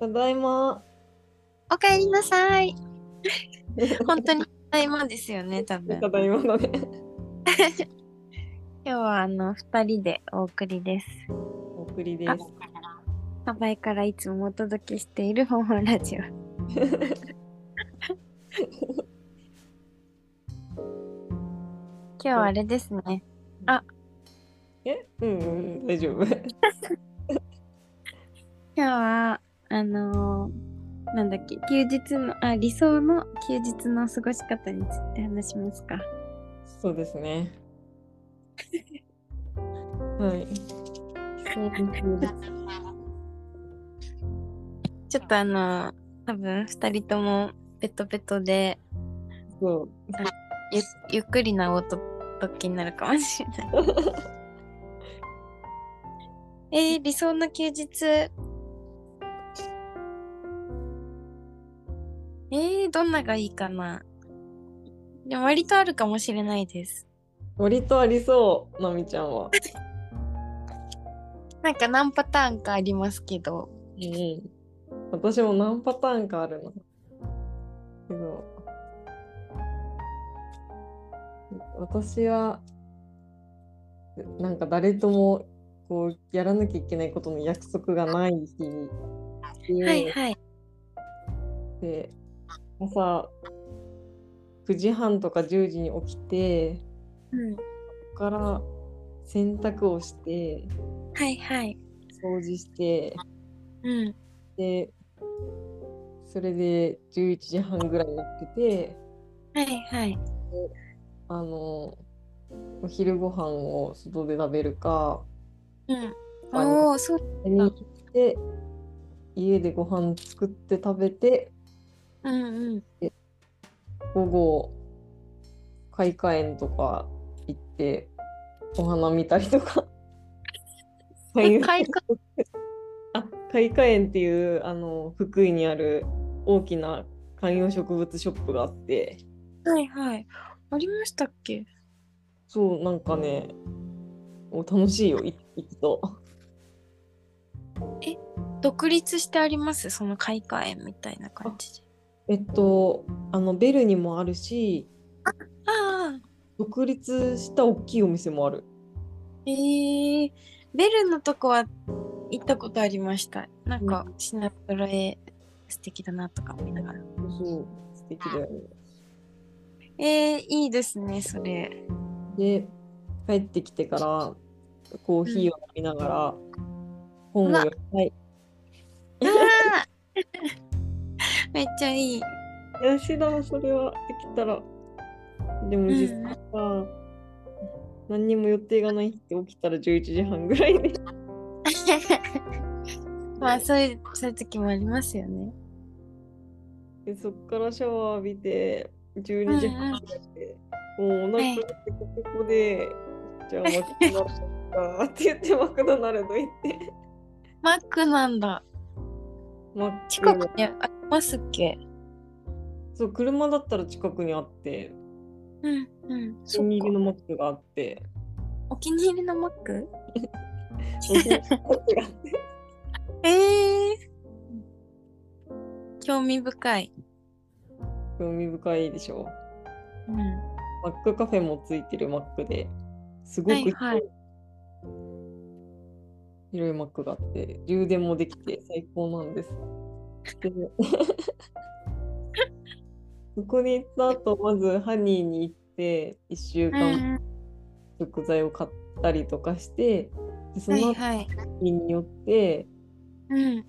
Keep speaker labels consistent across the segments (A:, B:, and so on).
A: ただいま。
B: おかえりなさい。本当にただいまですよね、多 分。
A: ただいまだね。
B: 今日はあの二人でお送りです。
A: お送りです。
B: ハワイからいつもお届けしている本本ラジオ。今日はあれですね。
A: えうんうん、大丈夫。
B: 今日はあのーなんだっけ休日のあ理想の休日の過ごし方について話しますか。
A: そうですね。はい。
B: ちょっとあのー多分二人ともペトペトで
A: そう。
B: ゆゆっくりなおと時になるかもしれない。 えー理想の休日。えー、どんながいいかなでも割とあるかもしれないです。
A: 割とありそう、なみちゃんは。
B: なんか何パターンかありますけど。
A: うん。私も何パターンかあるな。けど。私は、なんか誰とも、こう、やらなきゃいけないことの約束がない日で
B: はいはい。
A: で朝9時半とか10時に起きて
B: うん、
A: そこから洗濯をして
B: はいはい。
A: 掃除して
B: うん。
A: でそれで11時半ぐらいに起きて
B: はいはい。
A: あのお昼ご飯を外で食べるか
B: うん。
A: あ
B: おお、そう。
A: 家に来て家でご飯作って食べて
B: うん うん。
A: 午後開花園とか行ってお花見たりと か。そうい
B: え、
A: う
B: 開花。
A: あ開花園っていうあの福井にある大きな観葉植物ショップがあって
B: はいはい。ありましたっけ
A: そうなんかねお楽しいよい行くと
B: 独立してありますその開花園みたいな感じで。
A: えっとあのベルにもあるし
B: ああ
A: 独立した大きいお店もある
B: えー、ベルのとこは行ったことありました。なんか品揃え素敵だなとか思いながら。
A: そう素敵だよね
B: えー、いいですねそれ。
A: で帰ってきてからコーヒーを飲みながら本を
B: うわ
A: 読みたい
B: あーめっちゃい い。
A: 吉田もそれはできたらでも実際は、何にも予定がないって起きたら11時半ぐらいで
B: まあそういうそういう時もありますよね。
A: でそっからシャワー浴びて12時半ぐらいで、もうお腹がペコペコで、じゃあマクドナルドかって言ってマクドナルド行って
B: マックなんだ。
A: マック
B: 近くにありますっけ
A: そう車だったら近くにあって
B: うんうん。
A: お
B: そ
A: 気
B: っ
A: に入り
B: か
A: のマックがあって
B: お気に入りのマック
A: お気に入りのマックがあって
B: えー、興味深い。
A: 興味深いでしょ
B: うん
A: マックカフェもついてるマックですごく広い,、
B: はいはい
A: 広いマックがあって充電もできて最高なんです。で そこに行った後まずハニーに行って1週間
B: は
A: 食材を買ったりとかして、でその
B: い
A: 後
B: はい。
A: によって
B: うん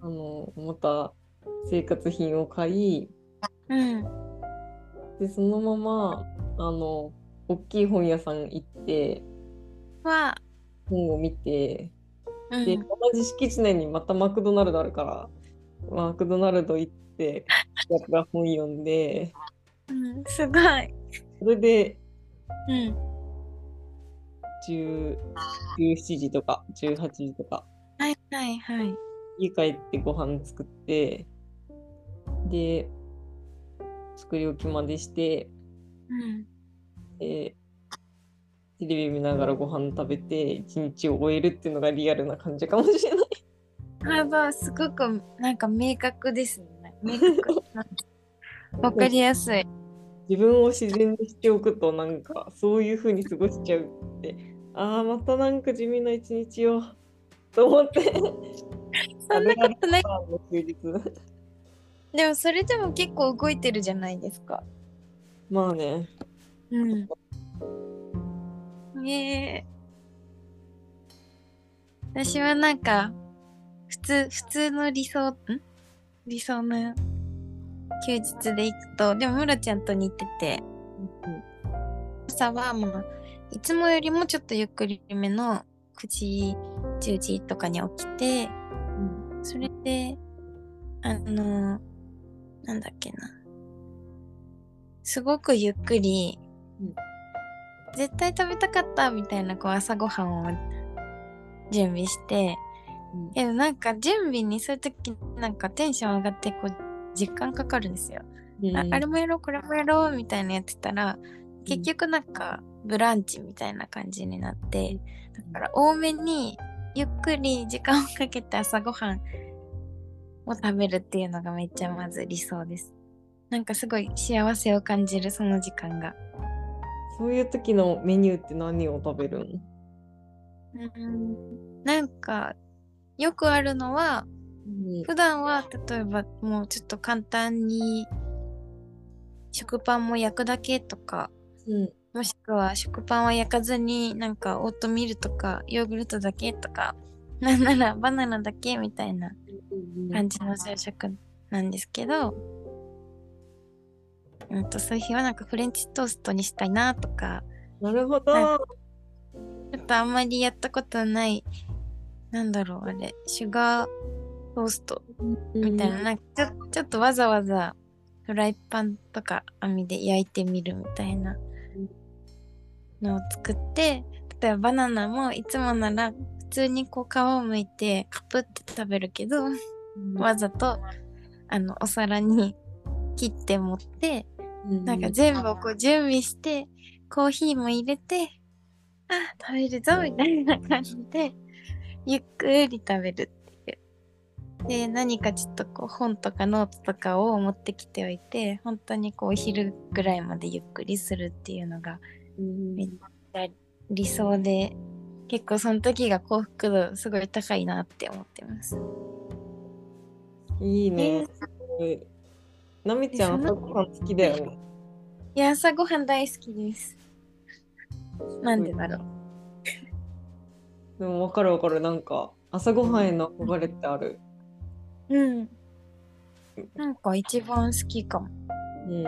A: あのまた生活品を買い
B: うん。
A: でそのままあの大きい本屋さん行って
B: は、
A: 本を見て
B: う
A: で
B: ん、
A: 同じ敷地内にまたマクドナルドあるからマクドナルド行ってやつが本読んで
B: うん、すごい。
A: それで
B: うん。
A: 10 17時とか18時とか
B: はいはいはい。
A: 家帰ってご飯作ってで作り置きまでして
B: うん。
A: でテレビ見ながらご飯食べて一日を終えるっていうのがリアルな感じかもしれない。
B: ハーバーすごくなんか明確ですね。明 確。わかりやすい。
A: 自分を自然にしておくとなんかそういう風に過ごしちゃうってああまたなんか地味な一日を と思って
B: そんなことない。
A: あーもう休日
B: でもそれでも結構動いてるじゃないですか。
A: まあね
B: うん。ねえ。私はなんか、普通、普通の理想、ん理想の休日で行くと、でもムロちゃんと似てて、朝はまあ、いつもよりもちょっとゆっくりめの9時、10時とかに起きて、それで、あの、なんだっけな。すごくゆっくり、
A: うん
B: 絶対食べたかったみたいなこう朝ごはんを準備して、
A: うん
B: でもなんか準備にそういう時なんかテンション上がってこう時間かかるんですよ。
A: うん
B: ああれもやろうこれもやろうみたいなやってたら結局なんかブランチみたいな感じになってだから多めにゆっくり時間をかけて朝ごはんを食べるっていうのがめっちゃまず理想ですなんかすごい幸せを感じるその時間が
A: そういう時のメニューって何を食べるの
B: なんかよくあるのは
A: うん
B: 普段は例えばもうちょっと簡単に食パンも焼くだけとか
A: うん
B: もしくは食パンは焼かずになんかオートミールとかヨーグルトだけとか なんならバナナだけみたいな感じの朝食なんですけど、うん、とそういう日はなんかフレンチトーストにしたいなとか
A: なるほ
B: な
A: ど
B: ちょっとあんまりやったことないなんだろうあれシュガートーストみたいな,、なんかちょちょっとわざわざフライパンとか網で焼いてみるみたいなのを作って例えばバナナもいつもなら普通にこう皮を剥いてカプって食べるけど
A: うん
B: わざとあのお皿に切って持って
A: う
B: なんか全部をこう準備してコーヒーも入れてあ食べるぞみたいな感じでゆっくり食べるっていう。で何かちょっとこう本とかノートとかを持ってきておいて本当にこうお昼ぐらいまでゆっくりするっていうのが
A: うん
B: めっ理想で結構その時が幸福度すごい高いなって思ってます。
A: いいね
B: ね
A: なみちゃん朝ごはん好きだよね
B: いや朝ごはん大好きです。なんでだろう。
A: でも分かる分かるなんか朝ごはんへの憧れってある
B: うん。なんか一番好きかも。
A: うん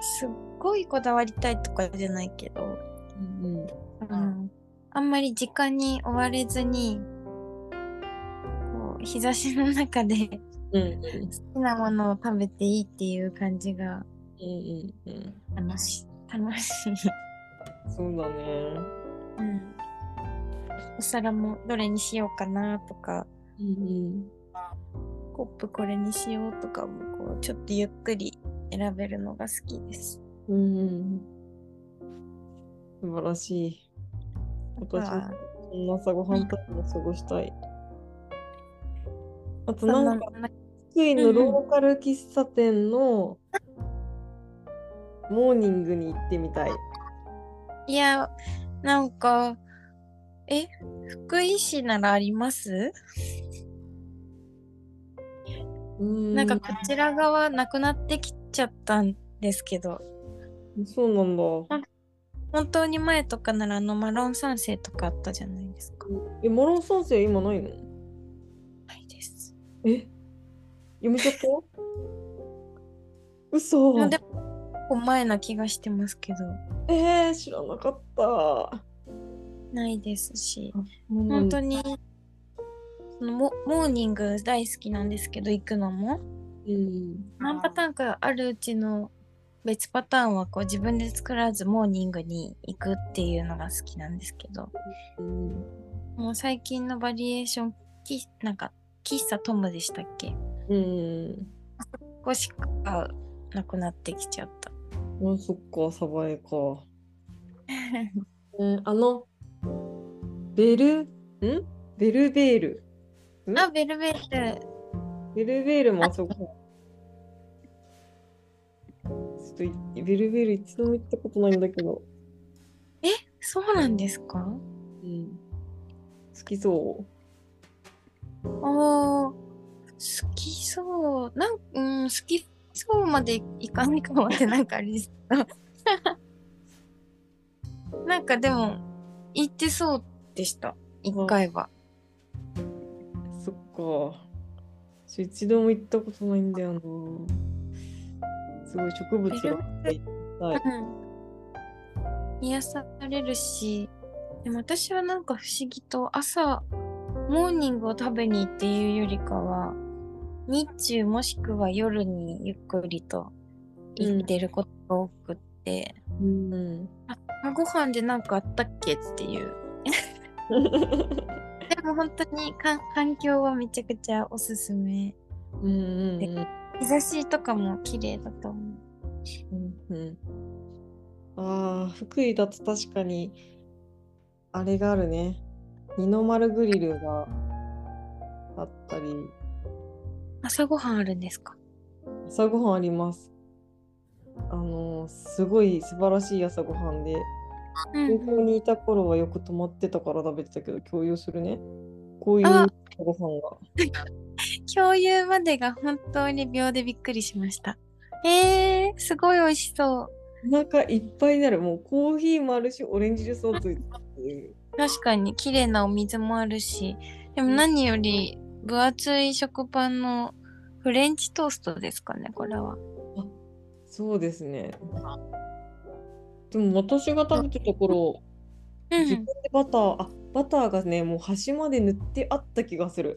B: すっごいこだわりたいとかじゃないけど、
A: うん
B: うん、あんまり時間に追われずに、こう、日差しの中で好
A: うんうん
B: きなものを食べていいっていう感じが
A: うんうん
B: 楽しい。楽しい。
A: そうだね
B: うん。お皿もどれにしようかなとか、
A: うん
B: コップこれにしようとかも、こう、ちょっとゆっくり選べるのが好きです。
A: うんうん素晴らしい
B: あと
A: 私
B: は
A: もこんな朝ごはんタイムを過ごしたいあと
B: そん
A: な
B: なん
A: か
B: のな
A: 福井のローカル喫茶店のモーニングに行ってみたい
B: いや、なんか、え、福井市ならあります
A: な
B: なんかこちら側なくなってきちゃったんですけど、
A: そうなんだ
B: 本当に前とかならあのマロン三世とかあったじゃないですか。
A: えマロン三世今ないの
B: ないです。
A: えやめちゃった嘘
B: まあでも、結構前な気がしてますけど、
A: えー、知らなかった。
B: ないですし、
A: 本
B: 本当
A: に。
B: に、そのモモーニング大好きなんですけど、行くのも。
A: うん。
B: 何パターンかあるうちの別パターンはこう自分で作らずモーニングに行くっていうのが好きなんですけど
A: うん。
B: もう最近のバリエーションきなんか喫茶トムでしたっけ
A: うん。
B: ここしかなくなってきちゃった
A: あそっか、サバエか。えーあの、ベル、んベルベール。ん
B: あ、ベルベール。
A: ベルベールもあそこ。ちょっといベルベール一度も行ったことないんだけど。
B: そうなんですか
A: うん、好きそ
B: おー、好きそう。なん、うん、好きそうまでいかないかもって、なんかあれですけど。 なんかでも、行ってそうでした。一回は。
A: う。そっか。ちょ一度も行ったことないんだよな。すごい植物が。はい。
B: うん癒されるしでも私はなんか不思議と朝モーニングを食べにっていうよりかは日中もしくは夜にゆっくりと行ってることが多くって、
A: うん。
B: あご飯でなんかあったっけっていうでも本当にか環境はめちゃくちゃおすすめ
A: うんうんうん
B: 日差しとかも綺麗だと思
A: う
B: う
A: んうん。ああ、福井だと確かに、あれがあるね。二の丸グリルがあったり、
B: 朝ごはんあるんですか
A: 朝ごはんあります。あのーすごい素晴らしい朝ごはんで、
B: う
A: 東
B: ん
A: 京にいた頃はよく泊まってたから食べてたけど、共有するね。こういう
B: あ
A: 朝ごはんが。
B: 共有までが本当に秒でびっくりしました。えー、すごい美味しそ
A: お腹いっぱいになる。もうコーヒーもあるし、オレンジジュースもついてるっていう。
B: う。確かに綺麗なお水もあるし、でも何より分厚い食パンのフレンチトーストですかね、これは。
A: そうですね。でも私が食べてた頃、
B: う
A: 自分。でバター、あバターがね、もう端まで塗ってあった気がする。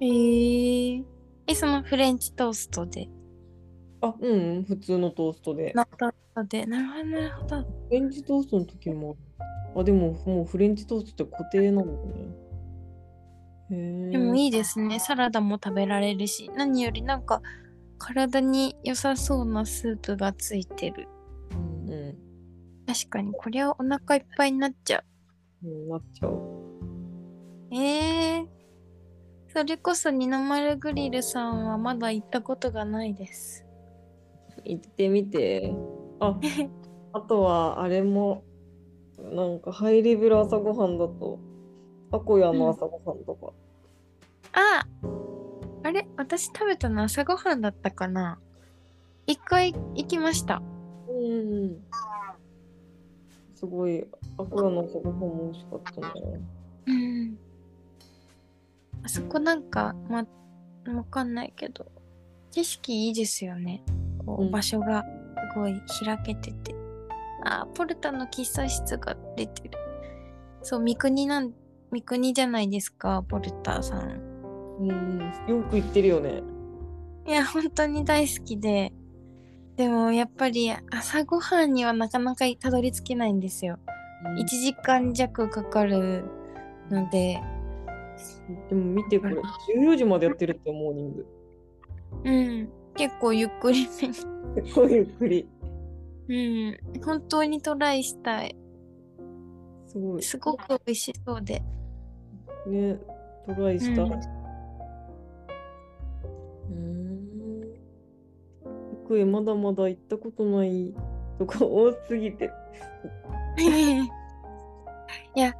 B: えー、え、そのフレンチトーストで。
A: あ、うんうん、普通のトーストで。
B: なるほどで。なるほど、なるほど。
A: フレンチトーストの時も。あ、でももうフレンチトーストって固定なのね。へえ。
B: でも
A: い。
B: いいですね。サラダも食べられるし、何よりなんか体に良さそうなスープがついてる。
A: うんうん。
B: 確かに、これはお腹いっぱいになっちゃう。
A: うんなっちゃう。
B: ええそれこそ二の丸グリルさんはまだ行ったことがないです。
A: 行ってみて。 あ、あとはあれも、なんかハイレベル朝ごはんだと、アコヤの朝ごはんとか。
B: ああれ私食べたの朝ごはんだったかな一回行きました。
A: うん。すごい、アコヤの朝ごはんも美味しかったな。
B: うん。あそこなんか、ま、わかんないけど、景色いいですよね。こ
A: うん
B: う、場所がすごい開けてて。あー、ポルタの喫茶室が出てる。そう、三国なん、三国じゃないですか、ポルタさん。
A: うん、よく行ってるよね。
B: いや、本当に大好きで。でも、やっぱり朝ごはんにはなかなかたどり着けないんですよ。1時間弱かかるので。
A: でも見てこれ、14時までやってるってモーニング。
B: うん。結構ゆっくり
A: 結構ゆっくり。
B: めに。うん。本当にトライしたい。
A: すごい。
B: すごく美味しそうで。
A: ね、トライした。
B: う
A: うんーん。福井まだまだ行ったことないとか多すぎて。
B: いや、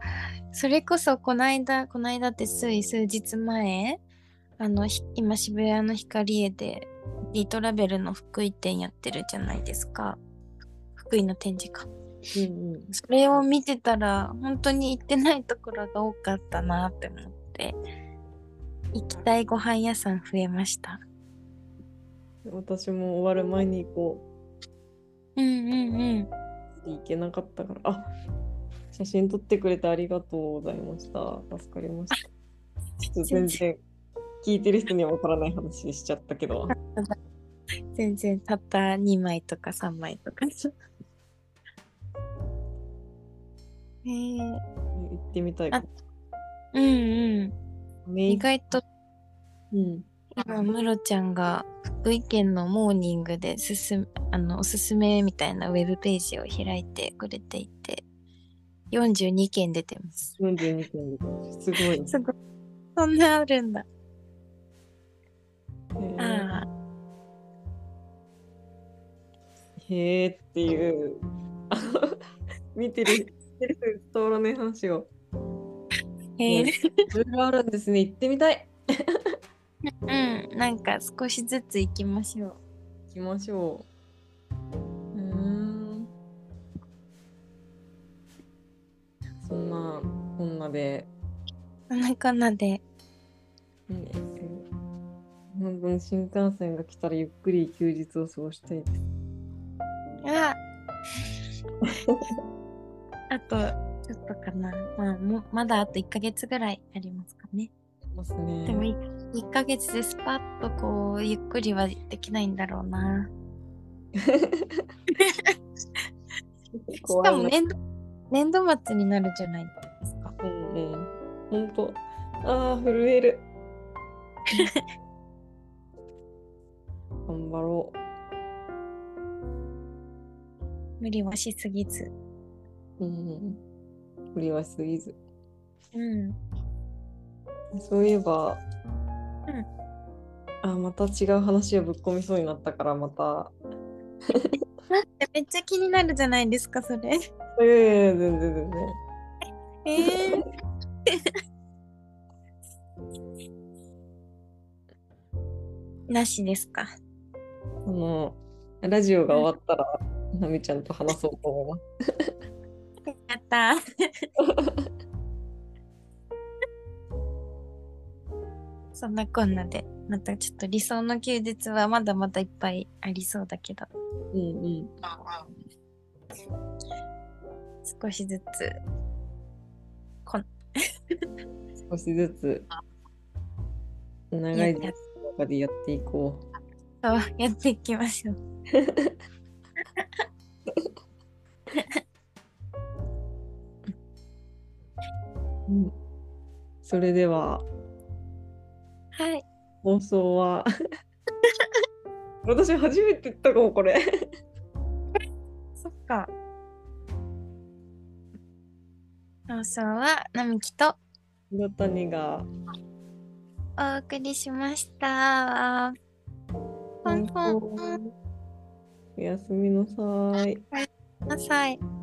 B: それこそこないだ、こないだってつい数日前、あの、ひ今渋谷の光栄で、リトラベルの福井店やってるじゃないですか。福井の展示か。
A: うんうん。
B: それを見てたら、本当に行ってないところが多かったなって思って、行きたいご飯屋さん増えました。
A: 私も終わる前に行こう。
B: うんうんうん。
A: 行けなかったから。あ写真撮ってくれてありがとうございました。助かりました。ちょっと全然聞いてる人には分からない話しちゃったけど。
B: 全然たった2枚とか3枚 とか。えー、
A: 行ってみたい。
B: あうんうん。
A: メ
B: 意
A: イク、
B: 外と
A: うん、
B: 今ムロちゃんが福井県のモーニングですすあのおすすめみたいなウェブページを開いてくれていて42件出てます。
A: 42件です。すごい。
B: すごい。そんなあるんだ。
A: ね
B: あ
A: へえっていう あの見てる見てる道路の話を
B: あ、へえ
A: ね。いろいろあるんですね行ってみたい
B: うん、なんか少しずつ行きましょう。
A: 行きましょううーんそんなこんなで、
B: そんなこんなで。
A: ね、本当に新幹線が来たらゆっくり休日を過ごしたいです
B: ああと、ちょっとかな。まあ、もうまだあと1ヶ月ぐらいありますかね。
A: ます
B: でも
A: ね
B: い、1ヶ月でスパッとこう、ゆっくりはできないんだろうな。しかも
A: な
B: 年度、年度末になるじゃないですか。
A: うんうん本当あー震え る頑張ろ
B: 無理はしすぎず。
A: ううん無理はしすぎず
B: うん。
A: そういえば、
B: うん
A: あまた違う話をぶっ込みそうになったからまた
B: 待って、めっちゃ気になるじゃないですか、それ。
A: いやいやいや全然全然
B: えー、なしですか。
A: あのラジオが終わったらなみちゃんと話そうと思います
B: やったー。 そんなこんなで、またちょっと理想の休日はまだまだいっぱいありそうだけど、
A: うんうん
B: 少しずつ、こん
A: 少しずつ長い時間の中でやっていこう
B: そうやっていきましょう。
A: うんそれでは
B: はい。
A: 放送は私初めて言ったかもこ れ
B: そっか。放送は、なみきと
A: 岩谷が
B: お送りしました。ポンポンポン
A: おやすみなさい
B: なさい。